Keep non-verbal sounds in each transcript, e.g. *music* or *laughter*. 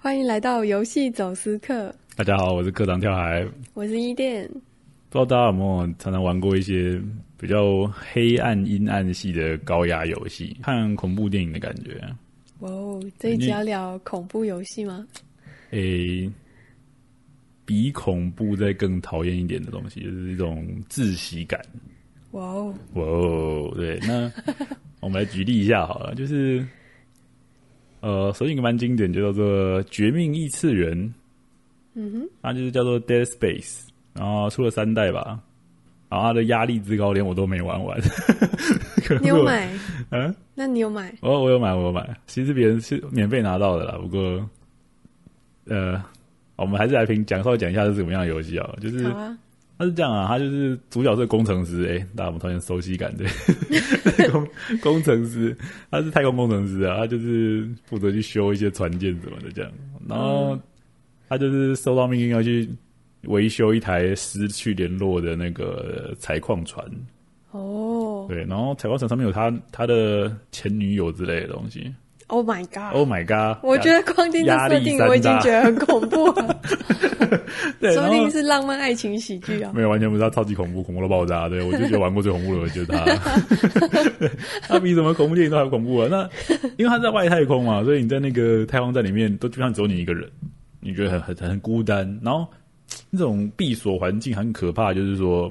欢迎来到游戏走私客，大家好，我是课堂跳海。我是伊甸。不知道大家有没有常常玩过一些比较黑暗、阴暗系的高压游戏，看恐怖电影的感觉。哇哦，这一集要聊恐怖游戏吗？诶、比恐怖再更讨厌一点的东西，就是一种窒息感。哇哦，哇哦，对， *laughs* 那我们来举例一下好了，就是呃，首先一个蛮经典，就叫做《绝命异次元》，嗯哼，它就是叫做 Dead Space，然后出了三代吧，然后它的压力之高，连我都没玩完。 *laughs* 可恶你有？ *laughs* 买？嗯，那你有买？我我有买，我有买。其实别人是免费拿到的啦，不过呃，我们还是来评讲稍微讲一下是什么样的游戏啊，就是好啊，他是这样啊，他就是主角是工程师，哎、大家有没有讨厌熟悉感？对， *laughs* 工工程师，他是太空工程师啊，他就是负责去修一些船舰什么的这样，然嗯后他就是收到命令要去维修一台失去联络的那个采矿船，哦对，然后采矿船上面有他他的前女友之类的东西。 ，Oh my god！ Oh my god！我觉得光听这设定压力山大我已经觉得很恐怖 *laughs* 了，对，说 *laughs* 然不后定是浪漫爱情喜剧啊。没有，完全不知道，超级恐怖，恐怖到爆炸。对我就觉得玩过最恐怖的，我就是 *laughs* 他。他比什么恐怖电影都还恐怖啊！那因为他在外太空嘛，所以你在那个太空站里面，都基本上只有你一个人，你觉得很很很孤单。然后那种闭锁环境很可怕，就是说，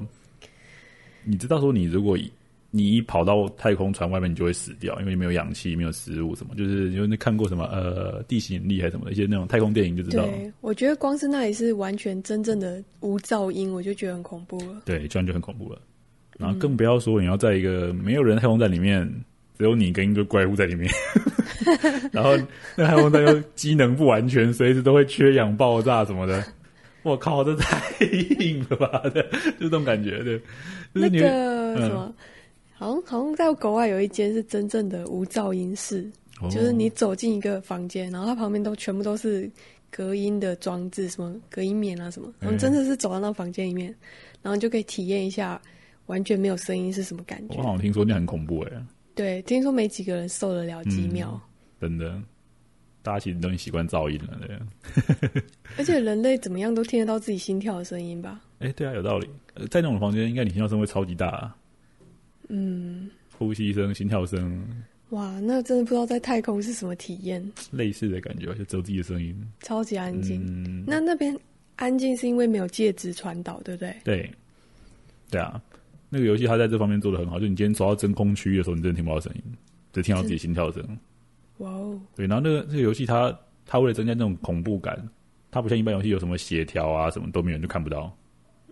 你知道说你如果一你一跑到太空船外面，你就会死掉，因为没有氧气，没有食物，什么就是因为那看过什么呃地心引力还是什么的一些那种太空电影就知道。对，我觉得光是那里是完全真正的无噪音，我就觉得很恐怖了。对，这样就很恐怖了。然后更不要说你要在一个没有人的太空站里面，只有你跟一个怪物 *laughs* 在里面，然后那太空站又机能不完全，随时都会缺氧爆炸什么的。我靠，这太硬了吧！这就这种感觉，对，就是那你会个嗯什么，好像好像在国外有一间是真正的无噪音室，哦就是你走进一个房间，然后它旁边都全部都是隔音的装置，什么隔音棉啊什么，然后嗯真的是走到那房间里面，然后就可以体验一下完全没有声音是什么感哦我觉。好像听说你很恐怖哎、对，听说没几个人受得了嗯几秒，真的，大家其实都已经习惯噪音了，对。而且人类怎么样都听得到自己心跳的声音吧？哎、对啊，有道理。呃，在那种房间，应该你心跳声会超级大、啊，嗯，呼吸声、心跳声哇，那真的不知道在太空是什么体验，类似的感觉，就只有自己的声音。超级安静。嗯，那那边安静是因为没有介质传导，对不对？对，对啊，那个游戏它在这方面做的很好，就你今天走到真空区域的时候，你真的听不到声音，只听到自己心跳声。哇哦，对，然后那个这个游戏它它为了增加那种恐怖感，它不像一般游戏有什么协调啊什么都没有，你就看不到，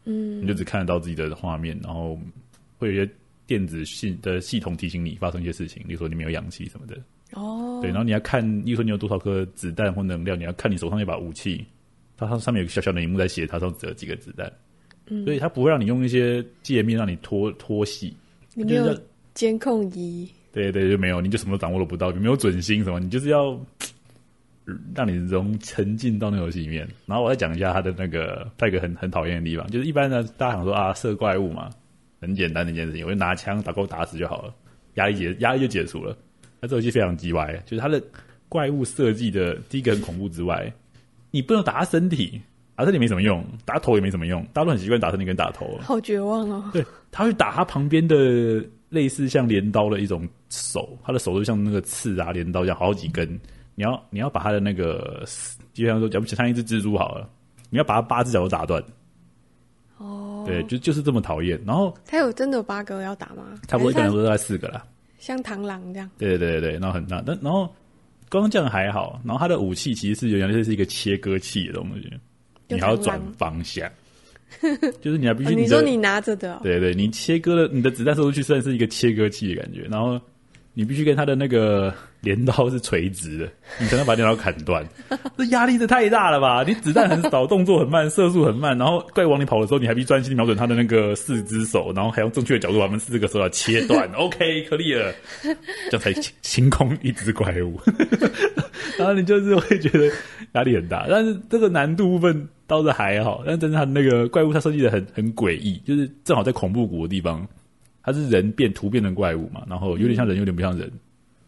嗯你就只看得到自己的画面，然后会有一些电子系的系统提醒你发生一些事情，例如说你没有氧气什么的。哦，对，然后你要看，例如说你有多少颗子弹或能量，你要看你手上那把武器，它它上面有个小小的荧幕在写它上只呃有几个子弹，嗯所以它不会让你用一些界面让你拖拖戏，你就没是有要监控仪，对对就没有，你就什么都掌握了不到，没有准心什么，你就是要呃让你融沉浸到那游戏里面。然后我再讲一下它的那个，它有一个很很讨厌的地方，就是一般呢大家想说啊射怪物嘛，很简单的一件事情，我就拿枪打够打死就好了，压力解压力就解除了。那这游戏非常鸡歪，就是它的怪物设计的第一个很恐怖之外，你不能打它身体，打身体没什么用，打头也没什么用，大家都很习惯打身体跟打头。好绝望哦。对，他会打他旁边的类似像镰刀的一种手，他的手就像那个刺啊、镰刀一样，好几根。你要你要把他的那个，就像说，假如像一只蜘蛛好了，你要把它八只脚都打断。哦，对，就就是这么讨厌。然后他有真的有八个要打吗？差不多一个还人是都在四个啦。它像螳螂这样。对对对对，然后很大，但然后光这样还好。然后他的武器其实是原来是一个切割器的东西，就你还要螳转螂方向，就是你还必哦须你的说你拿着的哦，对对，你切割了你的子弹射出去，算是一个切割器的感觉。然后你必须跟它的那个镰刀是垂直 *laughs* 的，你才能把镰刀砍断。 *laughs* 这压力这太大了吧？你子弹很少，动作很慢，射速很慢，然后怪往你跑的时候，你还必须专心瞄准它的那个四只手，然后还用正确的角度把它们四个手要切 *laughs* 断。OK，可以了，这样才清清空一只怪物。然后你就是会觉得压力很大，但是这个难度部分倒是还好，但但是它那个怪物它设计的很很诡异，就是正好在恐怖谷的地方，它是人变突变成怪物嘛，然后有点像人，有点不像人，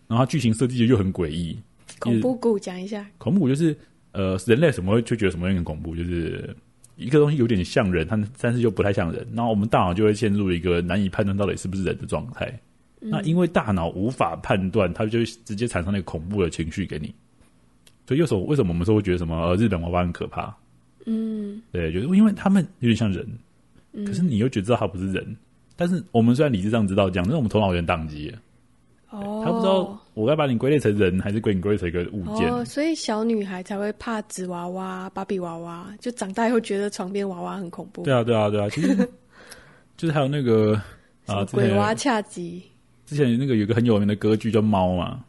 然后它剧情设计的又很诡异。恐怖谷讲一下，恐怖谷就是呃，人类什么会就觉得什么东西很恐怖，就是一个东西有点像人，但但是又不太像人，然后我们大脑就会陷入一个难以判断到底是不是人的状态。那因为大脑无法判断，它就会直接产生那个恐怖的情绪给你。所以有时候为什么我们说会觉得什么、呃、日本娃娃很可怕？嗯，对，就是因为他们有点像人，可是你又觉得知道他不是人。但是我们虽然理智上知道这样，但是我们头脑有点宕机了，哦，他不知道我该把你归类成人，还是归你归类成一个物件。哦，所以小女孩才会怕纸娃娃、芭比娃娃，就长大以后觉得床边娃娃很恐怖。对啊，对啊，对啊，其 *laughs* 实就是还有那个什啊，么之鬼娃前恰吉，之前那个有一个很有名的歌剧叫《猫》嘛，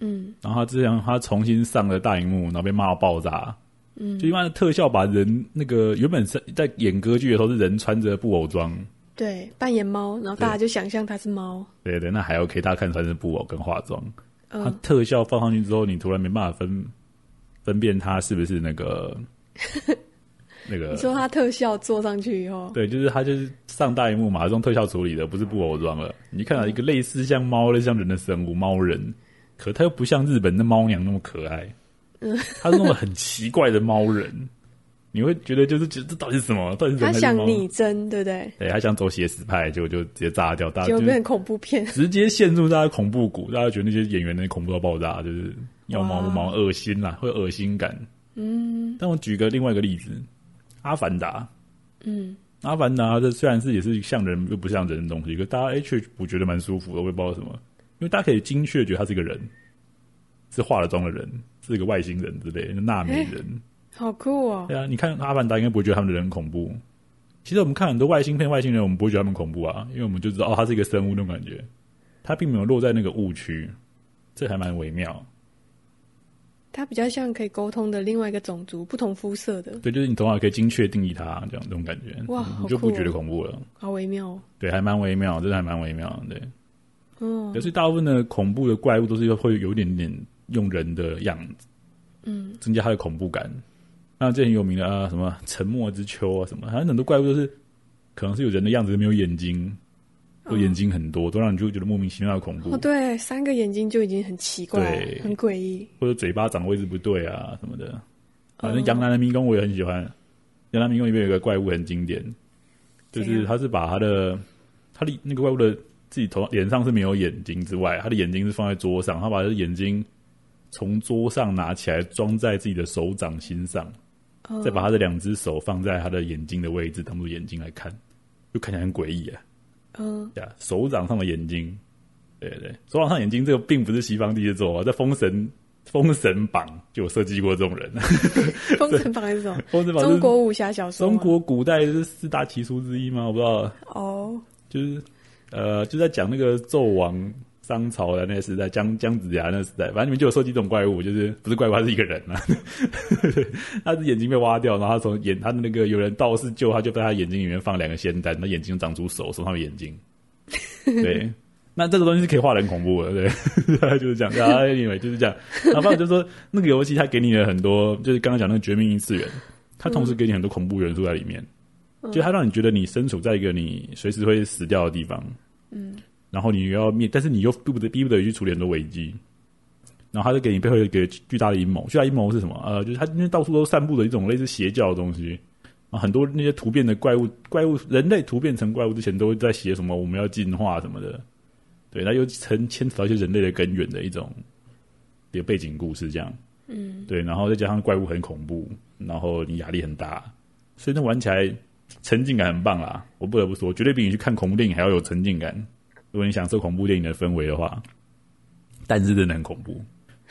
嗯，然后他之前他重新上了大荧幕，然后被骂到爆炸。嗯，就因为他的特效把人那个原本是在演歌剧的时候是人穿着布偶装，对，扮演猫，然后大家就想象它是猫，对对，那还 OK，大家看穿是布偶跟化妆。嗯他特效放上去之后，你突然没办法分分辨他是不是那 *laughs* 个那个你说它特效做上去以后， *laughs* 对，就是它就是上大荧幕嘛，用特效处理的，不是布偶装了。你看啊到一个类似像猫类似像人的生物，猫人，可它又不像日本的猫娘那么 *laughs* 可爱，它是那种很奇怪的猫人，你会觉得就是觉得这到底是什么？到底是人它还是想猫？拟真，对不对？对，它想走写实派，结果就直接炸掉，大家结就果变成恐怖片，直接陷入大家恐怖谷，大家觉得那些演员那恐怖到爆炸，就是要毛不毛，恶心啦，会恶心感。嗯，但我举个另外一个例子，《阿凡达》。嗯， 《阿凡达》这虽然是也是像人又不像人的东西，可大家哎却我觉得蛮舒服的，我也不知道为什么，因为大家可以精确觉得他是一个人，是化了妆的人，是一个外星人之类的纳美人。好酷哦，对啊，你看《阿凡达》应该不会觉得他们的人很恐怖。其实我们看很多外星片、外星人，我们不会觉得他们恐怖啊，因为我们就知道哦，他是一个生物那种感觉，他并没有落在那个误区，这还蛮微妙。它比较像可以沟通的另外一个种族，不同肤色的，对，就是你头脑可以精确定义它，这样这种感觉，哇你好你就酷不哦觉得恐怖了。好微妙哦。对，还蛮微妙，真的还蛮微妙。对。嗯可是大部分的恐怖的怪物都是会有一点点用人的样子，嗯，增加它的恐怖感。那这很有名的啊，什么沉默之丘啊，什么，好像很多怪物都是可能是有人的样子，没有眼睛，有眼睛很多，都让你就觉得莫名其妙的恐怖，哦，对，三个眼睛就已经很奇怪嗯对了，很诡异。或者嘴巴长得位置不对啊什么哦的。反正杨澜的迷宫我也很喜欢，杨澜迷宫里面有一个怪物很经典，就怎是样它是把它的它的那个怪物的自己头上脸上是没有眼睛之外，它的眼睛是放在桌上，它把它的眼睛从桌上拿起来装在自己的手掌心上，嗯再把它的两只手放在它的眼睛的位置当做眼睛来看，就看起来很诡异啊。 *laughs* 嗯，对啊，手掌上的眼睛，对对，手掌上眼睛这个并不是西方第一做法，在《封神》《封神榜》就有设计过这种人，《封神榜是什 *laughs* 么？封神榜》中国武侠小说吗。中国古代是四大奇书之一吗？我不知道，哦，就是呃，就在讲那个纣王、商朝的那个时代，姜姜子牙那个时代，反正你们就有设计这种怪物，就是不是怪物，他是一个人啊， *laughs* 他的眼睛被挖掉，然后他从眼他的那个有人道士救他，就在他眼睛里面放两个仙丹，那眼睛就长出手，手上的眼睛，对。那这个东西是可以画人恐怖的，对， *laughs* 大概就是这样。然后 anyway 就是这样。然后反正就说那个游戏它给你了很多，就是刚刚讲那个绝命异次元，它同时给你很多恐怖元素在里面。就它让你觉得你身处在一个你随时会死掉的地方，嗯，然后你又要面，但是你又逼不得逼不得已去处理很多危机，然后他就给你背后有一个巨大的阴谋，巨大阴谋是什么？呃，就是他因为到处都散布的一种类似邪教的东西。啊，很多那些突变的怪物，怪物人类突变成怪物之前，都会在写什么我们要进化什么的，对，那又曾牵扯到一些人类的根源的一种一个背景故事，这样，嗯，对，然后再加上怪物很恐怖，然后你压力很大，所以那玩起来沉浸感很棒啦，我不得不说，绝对比你去看恐怖电影还要有沉浸感。如果你享受恐怖电影的氛围的话，但是真的很恐怖。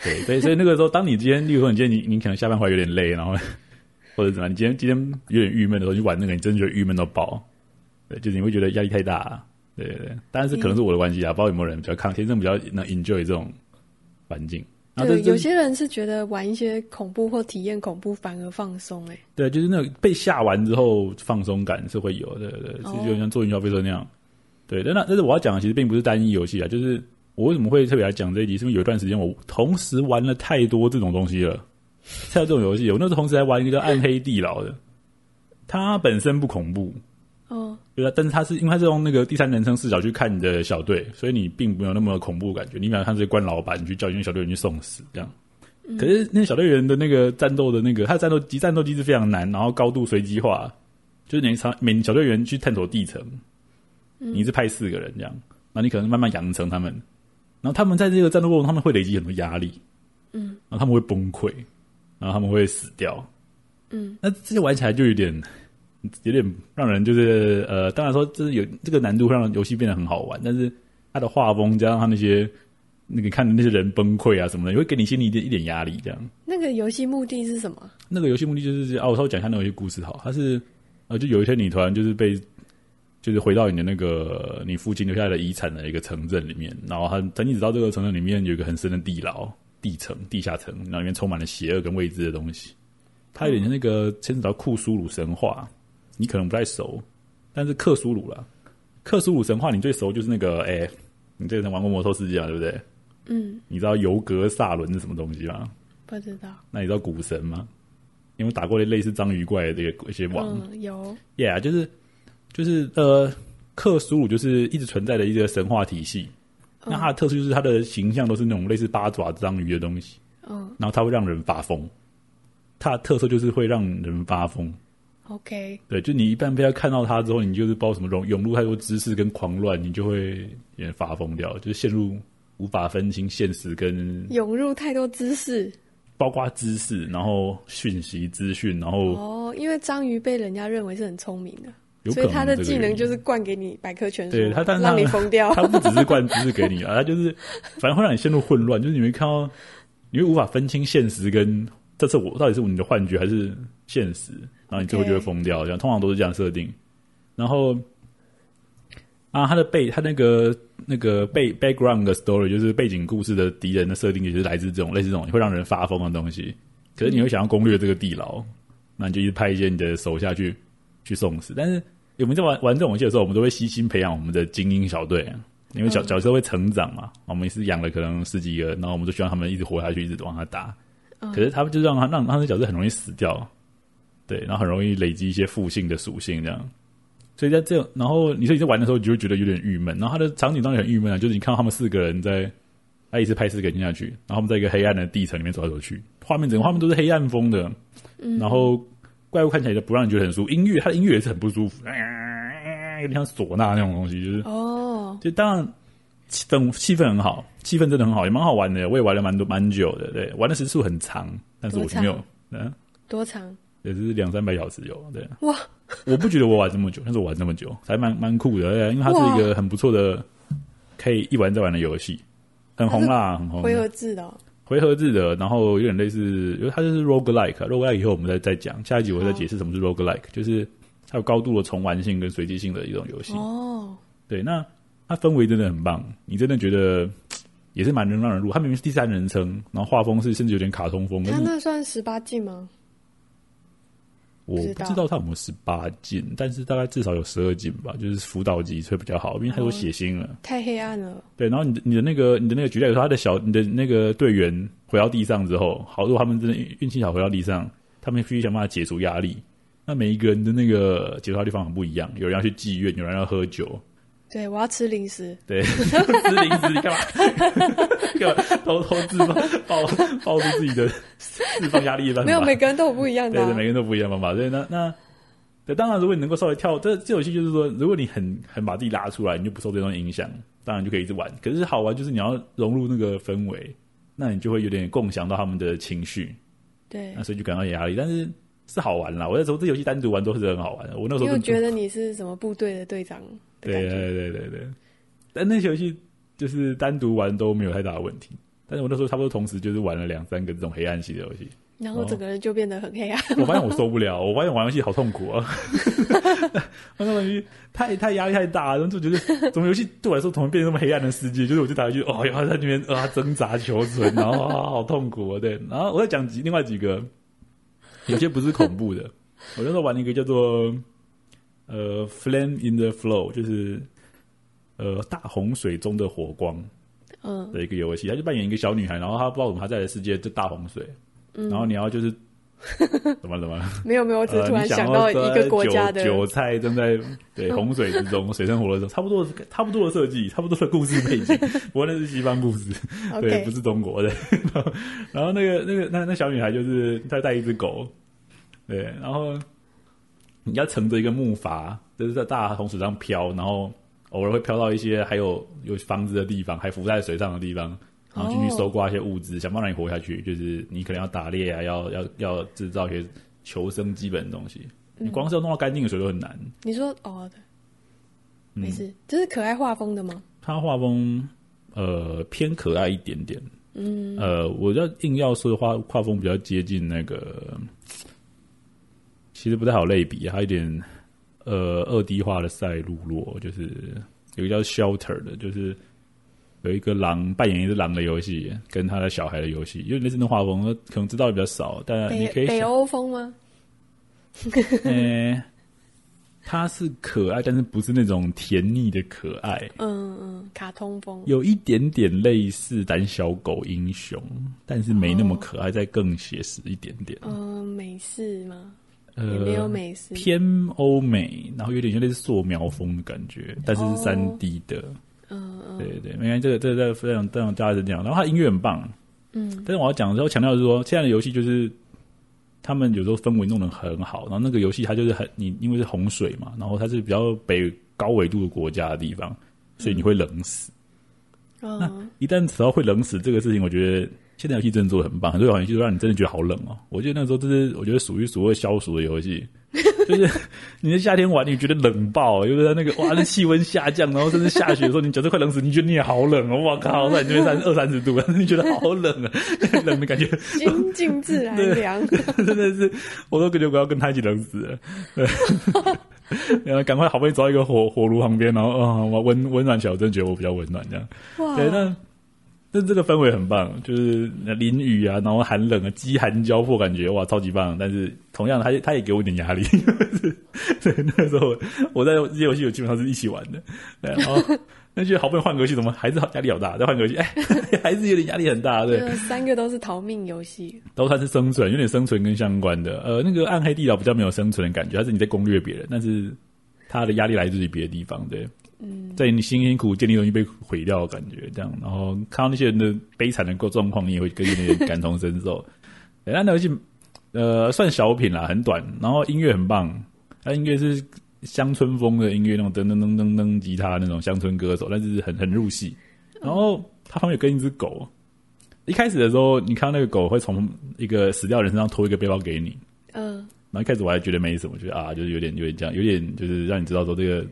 对，所以 *laughs* 所以那个时候，当你今天，例如说你今天你你可能下班回来有点累，然后 *laughs* 或者怎么样，你今天今天有点郁闷的时候，你玩那个，你真的觉得郁闷到爆。对，就是你会觉得压力太大。对对对，但是可能是我的关系啊，不知道有没有人比较抗，天生比较能 enjoy 这种环境。然后对，这有些人是觉得玩一些恐怖或体验恐怖反而放松，哎，对，就是那种被吓完之后放松感是会有的，对对，哦是就像坐云霄飞车那样。对，但那但是我要讲的其实并不是单一游戏啊，就是我为什么会特别来讲这一集，是因为有一段时间我同时玩了太多这种东西了，才有这种游戏。我那时候同时还玩一个叫《暗黑地牢》的，它本身不恐怖，哦，对啊，但是它是因为它是用那个第三人称视角去看你的小队，所以你并没有那么恐怖的感觉。你想看这些官老板，你去叫你的小队员去送死这样。可是那个小队员的那个战斗的那个，他的战斗机战斗机制非常难，然后高度随机化，就是你常每小队员去探索地层，你是派四个人这样，然后你可能慢慢养成他们，然后他们在这个战斗过程，他们会累积很多压力，嗯，然后他们会崩溃，然后他们会死掉，嗯，那这些玩起来就有点有点让人就是呃，当然说这是有这个难度让游戏变得很好玩，但是它的画风加上它那些那个看的那些人崩溃啊什么的，也会给你心里一点一点压力。这样，那个游戏目的是什么？那个游戏目的就是啊，我稍微讲一下那个游戏故事好，它是呃，就有一天你突然就是被就是回到你的那个你父亲留下来的遗产的一个城镇里面，然后他他一直到这个城镇里面有一个很深的地牢、地层、地下层，然后里面充满了邪恶跟未知的东西。它有点像那个牵扯到库苏鲁神话，你可能不太熟，但是克苏鲁啦，克苏鲁神话你最熟就是那个哎、你这个人玩过《魔兽世界》嘛，对不对？嗯，你知道尤格萨伦是什么东西吗？不知道。那你知道股神吗？因为打过类似章鱼怪的这个一些网、嗯，有 y e a h 就是就是呃，克苏鲁就是一直存在的一个神话体系。那它的特殊就是它的形象都是那种类似八爪章鱼的东西，嗯，然后它会让人发疯。它的特色就是会让人发疯， OK，对，就你一旦被它看到它之后，你就是不知道什么涌涌入太多知识跟狂乱，你就会有点发疯掉，就是陷入无法分清现实跟涌入太多知识包括知识，然后讯息资讯，然后哦，因为章鱼被人家认为是很聪明的。嗯有可所能以他的这个技原能因就是灌给你百科全书，对他，但是他。让你疯掉 *laughs* 他不只是灌知识给你啊，他就是反正会让你陷入混乱，就是你会看到，你会无法分清现实跟这次我到底是你的幻觉还是现实，然后你最后就会 OK 疯掉。这样通常都是这样设定。然后啊，他的背他那个那个背 background 的 story 就是背景故事的敌人的设定，也是来自这种类似这种会让人发疯的东西。可是你会想要攻略这个地牢，那你就一直派一些你的手下去去送死。但是我们在玩玩这种游戏的时候，我们都会悉心培养我们的精英小队，因为小角色会成长嘛。我们也是养了可能十几个，然后我们就希望他们一直活下去，一直往下打。可是他们就让他让他的角色很容易死掉，对，然后很容易累积一些负性的属性这样。所以在这，然后你说你在玩的时候，你就会觉得有点郁闷。然后他的场景当然很郁闷啊，就是你看到他们四个人在，他一次派四个人下去，然后他们在一个黑暗的地层里面走来走去，画面整个画面都是黑暗风的，然后怪物看起来也不让你觉得很舒服，音乐它的音乐也是很不舒服，啊有点像唢呐那种东西，就是哦，就当然气氛气氛很好，气氛真的很好，也蛮好玩的。我也玩了蛮多蛮久的，对，玩的时速很长，但是我就没有多，嗯，多长？也是两三百小时有。对，哇，我不觉得我玩这么久，但是我玩这么久还蛮蛮酷的，对因为它是一个很不错的可以一玩再玩的游戏，很红啦，很红回合制的哦、回合制的，然后有点类似，因为它就是 roguelike，roguelike、roguelike 以后我们再再讲，下一集我再解释什么是 roguelike，就是它有高度的重玩性跟随机性的一种游戏。哦，对，那它氛围真的很棒，你真的觉得也是蛮能让人入。它明明是第三人称，然后画风是甚至有点卡通风，但他是那算十八禁吗？我知不道知道它有没有十八禁，但是大概至少有十二禁吧，就是辅导级会比较好，因为它嗯有血腥了。太黑暗了。对，然后你的你的那个你的那个局代，他的小你的那个队员回到地上之后，好，如果他们真的运气好回到地上，他们必须想办法解除压力。那每一个人的那个解除压力方法不一样，有人要去妓院，有人要喝酒，对，我要吃零食。 *laughs* 对，吃零食你干嘛？干嘛偷偷自爆爆爆出自己的释放压力的办 *laughs* 法？没有，每个人都有不一样的、对啊。对，每个人都不一样方法。对，那那对，当然，如果你能够稍微跳，这这游戏就是说，如果你很很把自己拉出来，你就不受这种影响，当然你就可以一直玩。可是好玩就是你要融入那个氛围，那你就会有点共享到他们的情绪，对那，所以就感到有压力，但是。是好玩啦！我那时候这游戏单独玩都是很好玩的。我那时候因为我真的觉得你是什么部队的队长的感对啊觉。对对对对，但那些游戏就是单独玩都没有太大的问题。但是我那时候差不多同时就是玩了两三个这种黑暗系的游戏，然后整个人就变得很黑暗。 *laughs* 我发现我受不了，我发现玩游戏好痛苦啊！ *laughs* 玩游戏太太压力太大了，然后就觉得怎么游戏对我来说怎么变成那么黑暗的世界？就是我就打一句哦，然后在那边啊挣扎求存，然后啊好痛苦啊！对，然后我再讲几另外几个，有些不是恐怖的， *laughs* 我那时候玩了一个叫做呃 “Flame in the Flow”，就是呃大洪水中的火光。嗯，的一个游戏，他就扮演一个小女孩，然后她不知道怎么她在的世界就大洪水，然后你要就是 *laughs* 怎么了怎么了？没有没有，我只是呃突然你想到要一个在国韭家的，韭菜正在 *laughs* 对洪水之中、水深火热中，差不多差不多的设计，差不多的故事背景，不过那是西方故事，对， OK 不是中国的。然后然后那个那个那那小女孩就是她带一只狗，对，然后你要乘着一个木筏，就是在大洪水上飘，然后偶尔会飘到一些还有有房子的地方，还浮在水上的地方。然后进去哦搜刮一些物资，想办法让你活下去。就是你可能要打猎啊，要要要制造一些求生基本的东西。嗯你光是要弄到干净的水都很难。你说哦，嗯没事，这是可爱画风的吗？他画风呃偏可爱一点点，嗯，呃，我要硬要说的话，画风比较接近那个，其实不太好类比，啊还有一点呃二 D 化的赛璐珞，就是有一个叫 Shelter 的，就是有一个狼扮演一只狼的游戏，跟他的小孩的游戏，因为类似的画风，可能知道的比较少，但呃你北可以北想，欧风吗？呃，它是可爱，但是不是那种甜腻的可爱，嗯嗯，卡通风。有一点点类似胆小狗英雄，但是没那么可爱，再更写实一点点。嗯、美式吗？呃也没有美式。偏欧美，然后有点像类似素描风的感觉，但是是三 D 的。嗯嗯对对，没关系，这个这个非常非常大家讲。然后他音乐很棒，嗯，但是我要讲的时候强调的是说，现在的游戏就是他们有时候氛围弄得很好，然后那个游戏它就是很你因为是洪水嘛，然后它是比较北高纬度的国家的地方，所以你会冷死。哦，一旦死到会冷死这个事情，我觉得现在游戏真的做的很棒，很多游戏都让你真的觉得好冷哦。我记得那时候这是我觉得数一数二消暑的游戏，就是你在夏天玩，你觉得冷爆，就是在那个哇，那气温下降，然后甚至下雪的时候，你觉得快冷死，你觉得你也好冷哦，哇靠，在你这边三二三十度，但是你觉得好冷啊，冷的感觉 *laughs* 心静自然凉。真的是，我都感觉我要跟他一起冷死了。 *laughs* 对然后赶快好不容易找到一个火火炉旁边，然后啊、嗯，温温暖起来，我真的觉得我比较温暖这样。哇，对，但但这个氛围很棒，就是淋雨啊，然后寒冷啊，饥寒交迫感觉，哇，超级棒！但是同样，他也他也给我一点压力。 *laughs* 对，那时候我在这些游戏，我基本上是一起玩的。对，然后 *laughs* 那就好不容易换个游戏，怎么还是压力好大？再换个游戏，哎， *laughs* 还是有点压力很大。对，这三个都是逃命游戏。都算是生存，有点生存跟相关的。呃，那个暗黑地牢比较没有生存的感觉，它是你在攻略别人，但是它的压力来自于别的地方，对。嗯，在你辛辛苦苦建立的东西被毁掉的感觉，这样，然后看到那些人的悲惨的状况，你也会跟有点感同身受。 *laughs* 对那那游戏呃算小品啦，很短，然后音乐很棒，它音乐是乡村风的音乐，那种噔噔噔噔噔吉他那种乡村歌手，但是很很入戏。然后它旁边有跟一只狗，一开始的时候，你看到那个狗会从一个死掉的人身上拖一个背包给你，嗯然后一开始我还觉得没什么，就是啊，就是有点有点这样，有点就是让你知道说这个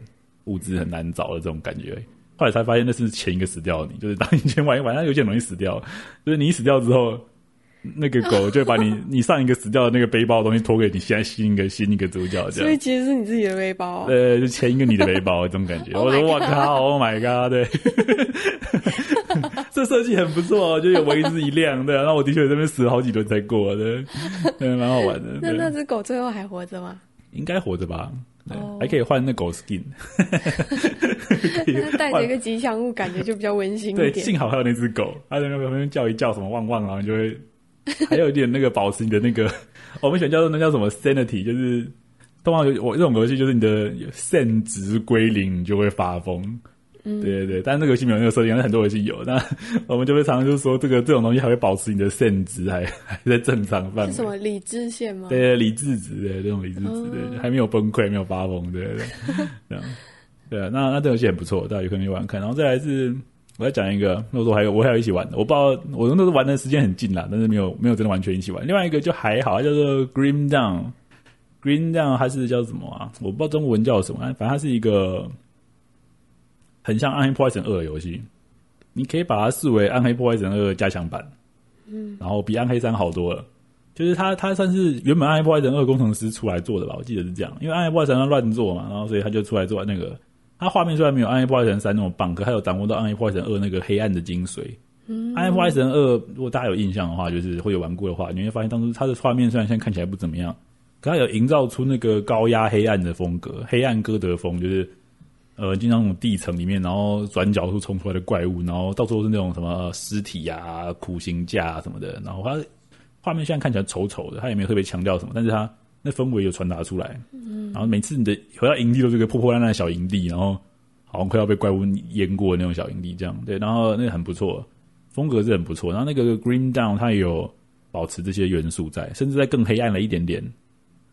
物资很难找的这种感觉。后来才发现那是前一个死掉的你，就是当你前玩一玩，它有些很容易死掉，就是你一死掉之后，那个狗就会把你 *laughs* 你上一个死掉的那个背包的东西拖给你，现在新一个新一个主角这所以样。其实是你自己的背包、哦。呃，就前一个你的背包这种感觉， Oh 我说 my 我靠，Oh my god，对，这设计很不错，哦，就有为之一亮，对啊，那我的确这边死了好几轮才过，对，嗯，蛮好玩的。那对那只狗最后还活着 *laughs* 吗？应该活着吧？对哦还可以换那狗 skin，那 *laughs* 带着一个吉祥物，感觉就比较温馨一哎对，点。幸好还有那只狗，它在那旁边叫一叫什么汪汪，然后你就会，还有一点那个保持你的那个， *laughs* 我们喜欢叫做那叫什么 sanity，就是通常有我这种游戏就是你的肾值归零，你就会发疯。嗯对对对，但是那个游戏没有那个设定，但是很多游戏有。那 *laughs* 我们就会常常就说，这个这种东西还会保持你的肾值还还在正常范围。是什么理智线吗？对，理智值的这种理智值的，还没有崩溃，没有发疯，对对对，这样，对啊，那那这游戏很不错，大家有可能去玩看。然后再来是，我要讲一个，那时候还有我还有一起玩的，我不知道我那时候玩的时间很近啦，但是没有没有真的完全一起玩。另外一个就还好，它叫做 Green Down。Green Down 它是叫什么啊？我不知道中文叫什么，反正它是一个很像《暗黑破坏神二》的游戏，你可以把它视为《暗黑破坏神二》加强版，嗯，然后比《暗黑三》好多了。就是他，他算是原本《暗黑破坏神二》工程师出来做的吧，我记得是这样。因为《暗黑破坏神二》乱做嘛，然后所以他就出来做那个。他画面虽然没有《暗黑破坏神三》那么棒，可他有掌握到《暗黑破坏神二》那个黑暗的精髓。嗯，《暗黑破坏神二》如果大家有印象的话，就是会有玩过的话，你会发现当初它的画面虽然现在看起来不怎么样，可它有营造出那个高压黑暗的风格，黑暗哥德风，就是呃，经常那种地层里面，然后转角处冲出呃来的怪物，然后到处都是那种什么尸体啊、苦行架啊什么的，然后它画面现在看起来丑丑的，他也没有特别强调什么，但是他那氛围有传达出来。然后每次你的回到营地都是个破破烂烂的小营地，然后好像快要被怪物淹过的那种小营地，这样对。然后那个很不错，风格是很不错。然后那个 Green Down 它也有保持这些元素在，甚至在更黑暗了一点点。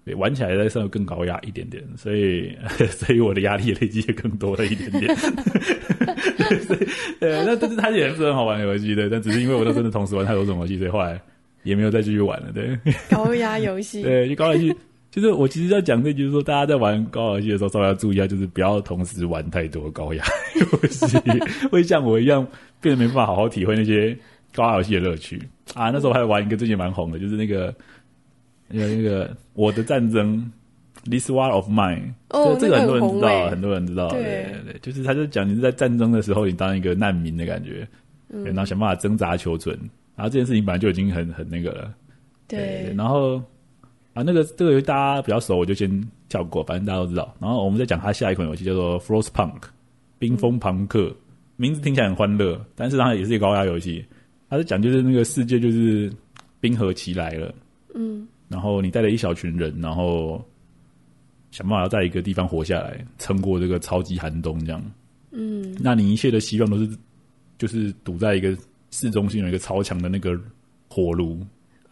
对，玩起来再稍微更高压一点点，所以 *laughs* 所以我的压力累积也更多了一点点。 *laughs* 对，那但是它也是很好玩的游戏，对，但只是因为我都真的同时玩太多种游戏，所以后来也没有再继续玩了，对。 *laughs* 高压游戏，对，就高游戏，就是我其实要讲这就是说，大家在玩高游戏的时候，稍微要注意一下，就是不要同时玩太多高压 *laughs* 游戏，会像我一样变得没办法好好体会那些高压游戏的乐趣啊。那时候还玩一个最近蛮红的，就是那个那个那个《我的战争》，This War of Mine。哦这这个那很个很多人知红道，欸很多人知道，对对对对，就是他就讲你是在战争的时候，你当一个难民的感觉，嗯对然后想办法挣扎求存。然后这件事情本来就已经很很那个了，对，然后啊，那个这个游戏大家比较熟，我就先跳过，反正大家都知道。然后我们再讲它下一款游戏叫做 Frostpunk，冰封嗯朋克，名字听起来很欢乐，但是它也是一个高压游戏。它是讲就是那个世界就是冰河期来了，嗯，然后你带了一小群人，然后想办法在一个地方活下来，撑过这个超级寒冬这样。嗯，那你一切的希望都是就是堵在一个市中心有一个超强的那个火炉，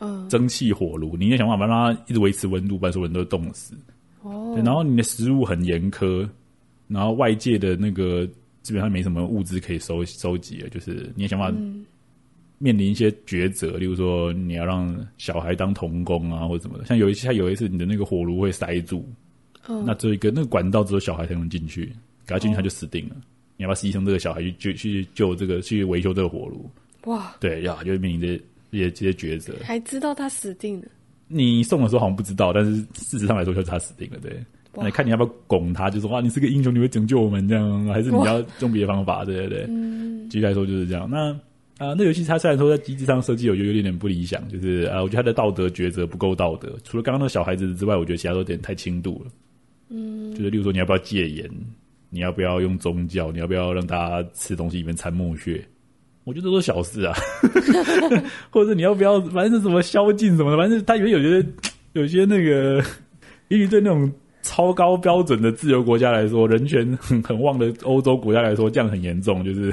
嗯，蒸汽火炉，你也想办法让它一直维持温度，不然所有人都冻死。哦对，，然后你的食物很严苛，然后外界的那个基本上没什么物资可以收收集了，就是你也想办法面临一些抉择，例如说你要让小孩当童工啊，或者什么的。像有一些，像有一次你的那个火炉会塞住，嗯那只有一个那个管道只有小孩才能进去，给他进去他就死定了。你要不要牺牲这个小孩去去去救这个去维修这个火炉？哇，对，呀，就会面临这些这些这些抉择。还知道他死定了，你送的时候好像不知道，但是事实上来说就是他死定了，对。哇那你看你要不要拱他，就说哇，你是个英雄，你会拯救我们这样，还是你哇嗯要用别的方法，对对对。举例来说就是这样。那啊、呃那游戏它虽然说在机制上设计，我觉得有点点不理想，就是啊、呃我觉得它的道德抉择不够道德。除了刚刚那小孩子之外，我觉得其他都有点太轻度了。嗯，就是例如说你要不要戒严，你要不要用宗教，你要不要让大家吃东西里面掺墓穴，我觉得都是小事啊。或者你要不要，反正是什么宵禁什么的，反正他里面有些有些那个，因为对那种超高标准的自由国家来说，人权很很旺的欧洲国家来说，这样很严重，就是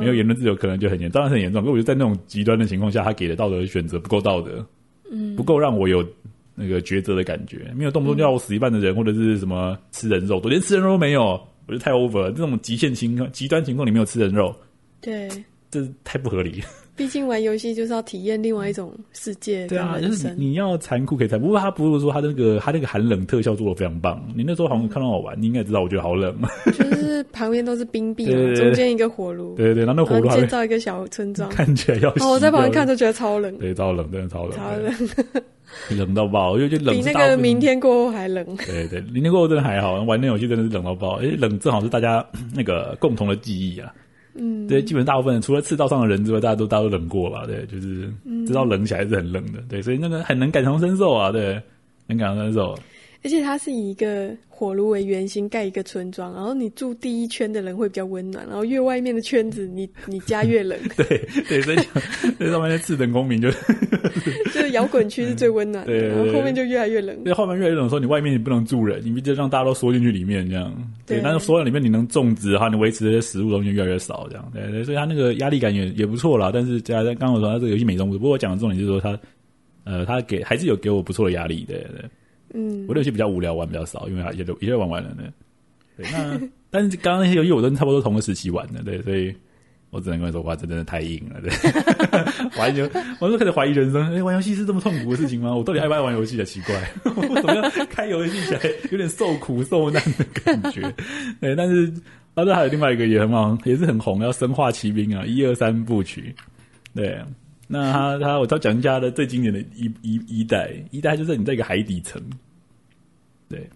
没有言论自由可能就很严，当然是很严重。可我觉得在那种极端的情况下，他给的道德选择不够道德，嗯，不够让我有。那个抉择的感觉，没有动不动就要我死一半的人，或者是什么吃人肉，我连吃人肉都没有，我觉得太 over 了。这种极限情况、极端情况，你没有吃人肉，对，这太不合理。毕竟玩游戏就是要体验另外一种世界对跟啊，就人是生，你你要残酷可以残酷，不过他不是说他那个他那个寒冷特效做的非常棒。你那时候好像看到我玩，你应该知道，我觉得好冷。 *laughs* 就是旁边都是冰壁对嘛，对对中间一个火炉，对对对，然后那火然炉后还建会造一个小村庄。 *laughs* 看起来要哦，我在旁边看着，就觉得超冷，对，超冷，真的超冷，超冷，对，冷到爆，因为就冷比是那大部个分明。天过后还冷。对对，明天过后真的还好，玩那游戏真的是冷到爆，而且冷正好是大家那个共同的记忆啊。嗯，对，基本大部分除了赤道上的人之外，大家都大家都冷过吧？对，就是嗯知道冷起来是很冷的，对，所以那个很能感同身受啊，对，很感同身受。而且它是以一个火炉为圆心盖一个村庄，然后你住第一圈的人会比较温暖，然后越外面的圈子你 *laughs* 你家越冷，对对，所以所以上面那次等公民就就是摇滚区是最温暖的，对对然后对。后面就越来越冷对后面越来越冷的时候，你外面你不能住人，你必须让大家都缩进去里面这样。对，对但是缩在里面你能种植哈，你维持这些食物的东西越来越少这样。对对，所以它那个压力感也也不错啦。但是加上刚刚我说它这个游戏美中不足，不过我讲的重点就是说它。呃，它给还是有给我不错的压力，对对对，嗯，我的游戏比较无聊，玩比较少，因为它也都也都玩完了呢。对，那 *laughs* 但是刚刚那些游戏我都差不多同个时期玩的，对，所以我只能跟你说，哇，这真的太硬了，对。 *laughs* 怀疑，我就开始怀疑人生。哎、玩游戏是这么痛苦的事情吗？我到底爱不爱玩游戏啊？奇怪，我怎么样开游戏起来有点受苦受难的感觉？对，但是啊，这还有另外一个也很好，也是很红，要《生化奇兵》啊，一二三部曲。对，那他他我再讲一下他的最经典的一一一代，一代就是你在一个海底层。对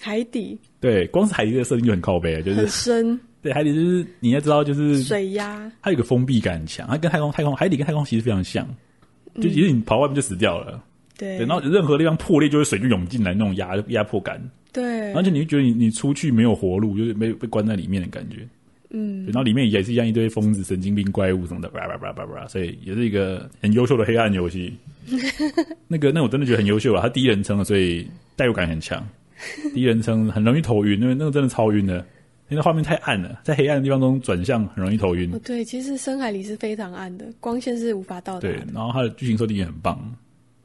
海底对，光是海底的设定就很靠背了，就是 *laughs* 很深，对海底就是你要知道就是水压，它有个封闭感很强，它跟太空太空海底跟太空其实非常像，就其实你跑外面就死掉了，嗯对对，然后任何地方破裂就是水就涌进来那种压压迫感，对而且你会觉得你你出去没有活路，就是没有被关在里面的感觉。嗯，然后里面也是一样一堆疯子、神经病、怪物什么的，叭叭叭叭叭，所以也是一个很优秀的黑暗游戏。那个，那我真的觉得很优秀了，啊它第一人称的，所以代入感很强。第一人称很容易头晕，因为那个真的超晕的，因为画面太暗了，在黑暗的地方中转向很容易头晕哦。，对，其实深海里是非常暗的，光线是无法到达对的。，然后它的剧情设定也很棒，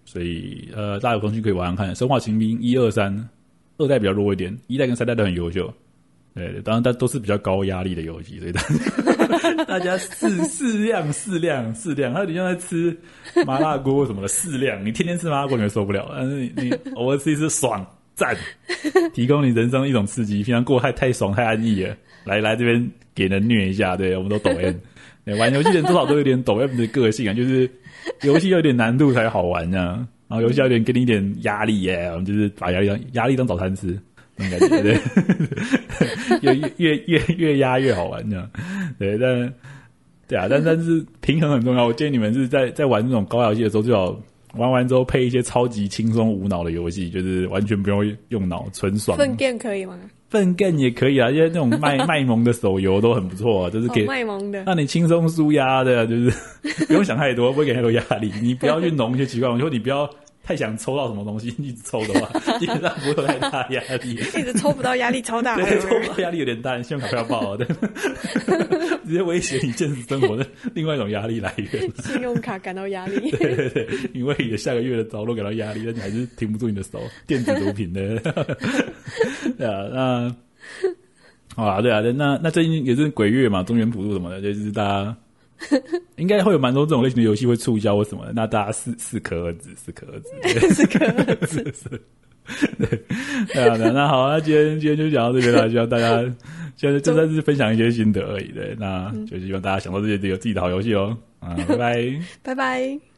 所以呃，大家有空去可以玩玩看，《生化奇兵》一二三，二代比较弱一点，一代跟三代都很优秀。对，对当然它都是比较高压力的游戏，所以大家大家适适量、适量、适量。它有点像在吃麻辣锅什么的，适量。你天天吃麻辣锅你会受不了，但是你你偶尔吃一次爽赞，提供你人生一种刺激。平常过太太爽太安逸了，来来这边给人虐一下，对我们都抖 M。对玩游戏的人多少都有点抖 M 的个性啊，就是游戏有点难度才好玩呢、然后游戏有点给你一点压力耶、我们就是把压力当压力当早餐吃，那种感觉对，越越越越越压越好玩这样，对，但对啊，但但是平衡很重要。我建议你们是在在玩这种高压游戏的时候，最好玩完之后配一些超级轻松无脑的游戏，就是完全不用用脑，纯爽。粪便可以吗？粪更也可以啊，因为那种卖卖萌的手游都很不错、啊，就是哦给，卖萌 *laughs* 的，让你轻松舒压的，就是 *laughs* 不用想太多，不会给太多压力。你不要去弄一些奇怪的东西，或你不要太想抽到什么东西，一直抽的话， *laughs* 基本上不会有太大压力。一直抽不到，压力超大。 *laughs* 对，抽到压力有点大，你信用卡快要爆了，对， *laughs* 直接威胁你现实生活的另外一种压力来源。 *laughs* 信用卡感到压力， *laughs* 对对对，你为你的下个月的着落感到压力，但你还是停不住你的手，电子毒品的。 *laughs* 对啊，那好啊，对啊，对那那最近也是鬼月嘛，中原普渡什么的，就是大家应该会有蛮多这种类型的游戏会促销或什么的，那大家适适可而止，适可而止。这个是是， *laughs* 对对啊，对啊那好，那今天今天就讲到这边了，希望大家现在就算是分享一些心得而已，对，那就希望大家享受这些有自己的好游戏哦，啊，拜拜。拜拜。